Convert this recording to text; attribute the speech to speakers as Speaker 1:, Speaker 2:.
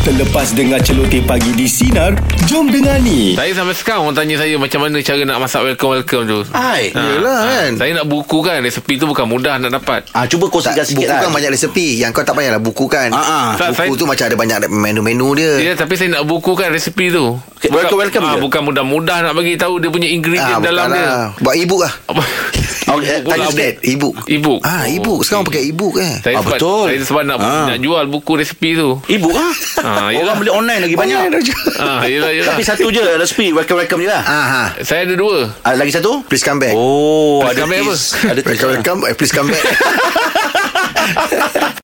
Speaker 1: Terlepas dengar celoteh pagi di Sinar, jom dengar ni.
Speaker 2: Saya sampai sekarang orang tanya saya macam mana cara nak masak welcome-welcome tu.
Speaker 3: Hai,
Speaker 2: Ha,
Speaker 3: yelah
Speaker 2: ha.
Speaker 3: kan.
Speaker 2: Saya nak buku kan resepi tu bukan mudah nak dapat.
Speaker 3: Ah cuba kau segar sikit
Speaker 4: buku
Speaker 3: lah.
Speaker 4: kan banyak resepi Yang kau tak payahlah buku kan
Speaker 3: Ah, ah.
Speaker 2: Tak,
Speaker 4: Buku
Speaker 2: saya-
Speaker 4: tu macam ada banyak menu-menu dia Ah,
Speaker 2: Ya, tapi saya nak bukukan resepi tu.
Speaker 3: Okay, Eh. welcome- welcome je.
Speaker 2: ah,
Speaker 3: Ah,
Speaker 2: bukan mudah-mudah nak bagi tahu dia punya ingredient
Speaker 4: bukan
Speaker 2: dalam dia.
Speaker 4: lah. Buat e-book lah
Speaker 2: Apa?
Speaker 3: Okay,
Speaker 2: Buku
Speaker 4: Tadi
Speaker 2: lah,
Speaker 4: sikit E-book
Speaker 2: E-book.
Speaker 4: Ah, e-book Sekarang pakai e-book eh
Speaker 3: Ah,
Speaker 2: Saya sebab,
Speaker 3: betul.
Speaker 2: Saya sebab nak,
Speaker 3: Ah.
Speaker 2: nak jual buku resepi tu.
Speaker 3: Ibu ah.
Speaker 2: Ah,
Speaker 3: Ha,
Speaker 2: yelah.
Speaker 3: Orang beli online lagi banyak.
Speaker 4: Online dah jual.
Speaker 2: Ah, yelah, yelah.
Speaker 3: Tapi satu je resipi welcome-welcome je lah.
Speaker 4: Ah, ha.
Speaker 2: Saya ada dua.
Speaker 3: Ah, lagi satu?
Speaker 4: Please come back
Speaker 3: Oh,
Speaker 2: Welcome
Speaker 3: ada
Speaker 2: apa?
Speaker 3: tis. Ada tis.
Speaker 4: Welcome, welcome eh, Please come back